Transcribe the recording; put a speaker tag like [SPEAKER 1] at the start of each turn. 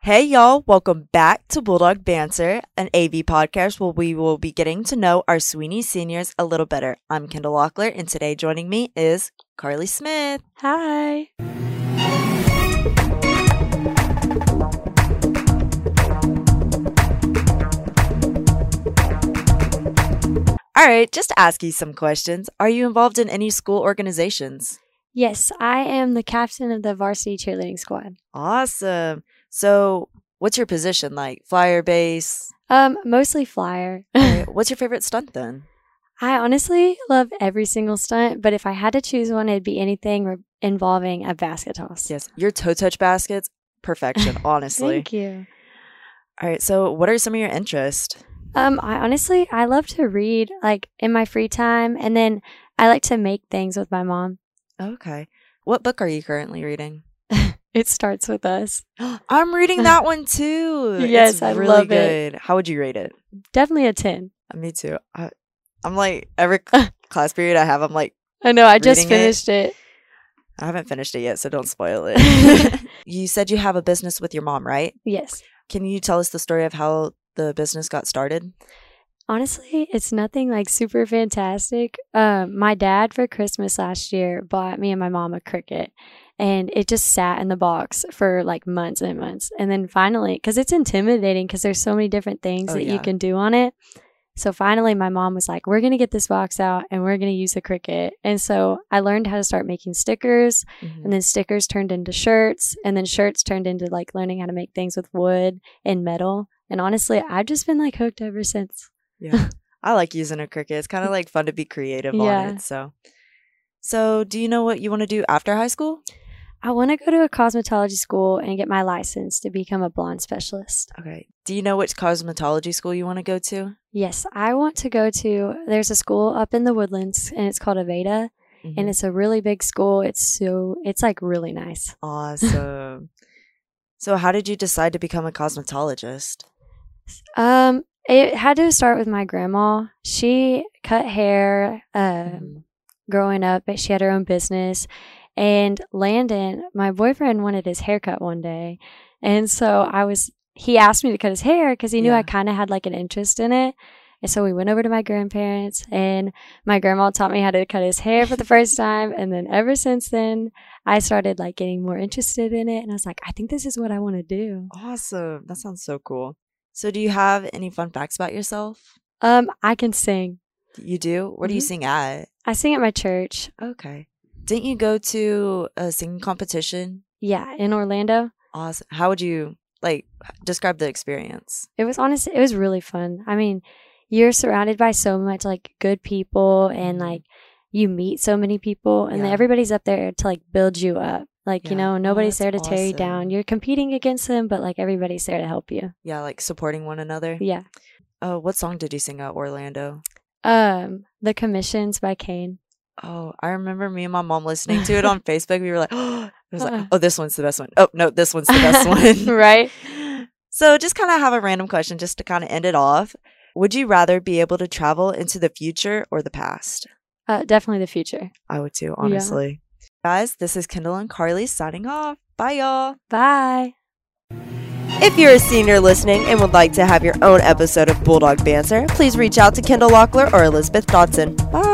[SPEAKER 1] Hey, y'all, welcome back to Bulldog Banter, an AV podcast where we will be getting to know our Sweeney seniors a little better. I'm Kendall Locklear, and today joining me is Carly Smith.
[SPEAKER 2] Hi.
[SPEAKER 1] All right, just to ask you some questions. Are you involved in any school organizations?
[SPEAKER 2] Yes, I am the captain of the varsity cheerleading squad.
[SPEAKER 1] Awesome. So, what's your position like? Flyer base?
[SPEAKER 2] Um, mostly flyer.
[SPEAKER 1] All right, what's your favorite stunt then?
[SPEAKER 2] I honestly love every single stunt, but if I had to choose one, it'd be anything re- involving a basket toss.
[SPEAKER 1] Yes, your toe touch baskets, perfection, honestly.
[SPEAKER 2] Thank you.
[SPEAKER 1] All right, so what are some of your interests?
[SPEAKER 2] Um, I honestly I love to read like in my free time, and then I like to make things with my mom.
[SPEAKER 1] Okay. What book are you currently reading?
[SPEAKER 2] It starts with us.
[SPEAKER 1] I'm reading that one too.
[SPEAKER 2] Yes,
[SPEAKER 1] it's
[SPEAKER 2] I
[SPEAKER 1] really
[SPEAKER 2] love it.
[SPEAKER 1] good. How would you rate it?
[SPEAKER 2] Definitely a ten.
[SPEAKER 1] Uh, Me too. I, I'm like every c- class period I have, I'm like
[SPEAKER 2] I know. I just
[SPEAKER 1] Reading it.
[SPEAKER 2] finished it.
[SPEAKER 1] I haven't finished it yet, so don't spoil it. you said you have a business with your mom, right?
[SPEAKER 2] Yes.
[SPEAKER 1] Can you tell us the story of how the business got started?
[SPEAKER 2] Honestly, it's nothing like super fantastic. Um, my dad for Christmas last year bought me and my mom a cricket, and it just sat in the box for like months and months. And then finally, because it's intimidating, because there's so many different things
[SPEAKER 1] Oh,
[SPEAKER 2] that
[SPEAKER 1] yeah.
[SPEAKER 2] you can do on it. So finally, my mom was like, "We're gonna get this box out, and we're gonna use the cricket." And so I learned how to start making stickers,
[SPEAKER 1] Mm-hmm.
[SPEAKER 2] and then stickers turned into shirts and then shirts turned into like learning how to make things with wood and metal and honestly i've just been like hooked ever since
[SPEAKER 1] Yeah. I like using a cricket. It's kind of like fun to be creative
[SPEAKER 2] Yeah.
[SPEAKER 1] on it. So, so do you know what you want to do after high school?
[SPEAKER 2] i want to go to a cosmetology school and get my license to become a blonde specialist
[SPEAKER 1] Okay. Do you know which cosmetology school you want to go to?
[SPEAKER 2] yes i want to go to there's a school up in the woodlands and it's called aveda and it's a really big school it's so it's like really nice
[SPEAKER 1] Awesome. so, how did you decide to become a cosmetologist?
[SPEAKER 2] um it had to start with my grandma she cut hair um growing up, but she had her own business. And Landon, my boyfriend, wanted his haircut one day. And so I was, he asked me to cut his hair because he knew
[SPEAKER 1] Yeah.
[SPEAKER 2] I kind of had like an interest in it. And so we went over to my grandparents, and my grandma taught me how to cut his hair for the first time. And then ever since then, I started like getting more interested in it. And I was like, I think this is what I want to do.
[SPEAKER 1] Awesome. That sounds so cool. So, do you have any fun facts about yourself?
[SPEAKER 2] Um, I can sing.
[SPEAKER 1] You do? Where do you
[SPEAKER 2] Mhm.
[SPEAKER 1] sing at?
[SPEAKER 2] I sing at my church.
[SPEAKER 1] Okay. Didn't you go to a singing competition?
[SPEAKER 2] Yeah, in Orlando.
[SPEAKER 1] Awesome. How would you like describe the experience?
[SPEAKER 2] it was honest it was really fun i mean you're surrounded by so much like good people and
[SPEAKER 1] Mhm.
[SPEAKER 2] like you meet so many people and then
[SPEAKER 1] Yeah.
[SPEAKER 2] everybody's up there to like build you up like
[SPEAKER 1] Yeah.
[SPEAKER 2] you know
[SPEAKER 1] Oh,
[SPEAKER 2] nobody's
[SPEAKER 1] that's
[SPEAKER 2] there to tear you down
[SPEAKER 1] awesome.
[SPEAKER 2] you're competing against them but like everybody's there to help you
[SPEAKER 1] Yeah, like supporting one another.
[SPEAKER 2] yeah
[SPEAKER 1] Oh, what song did you sing at Orlando?
[SPEAKER 2] um the commissions by kane
[SPEAKER 1] Oh, I remember me and my mom listening to it on Facebook. We were like, oh, it was like,
[SPEAKER 2] Uh-uh.
[SPEAKER 1] oh, this one's the best one. Oh, no, this one's the best one.
[SPEAKER 2] right
[SPEAKER 1] So, just kind of have a random question just to kind of end it off. Would you rather be able to travel into the future or the past?
[SPEAKER 2] uh, definitely the future
[SPEAKER 1] I would too, honestly. Guys, this is Kendall and Carly signing off. Bye, y'all.
[SPEAKER 2] bye
[SPEAKER 3] If you're a senior listening and would like to have your own episode of Bulldog Banter, please reach out to Kendall Locklear or Elizabeth Dodson. Bye.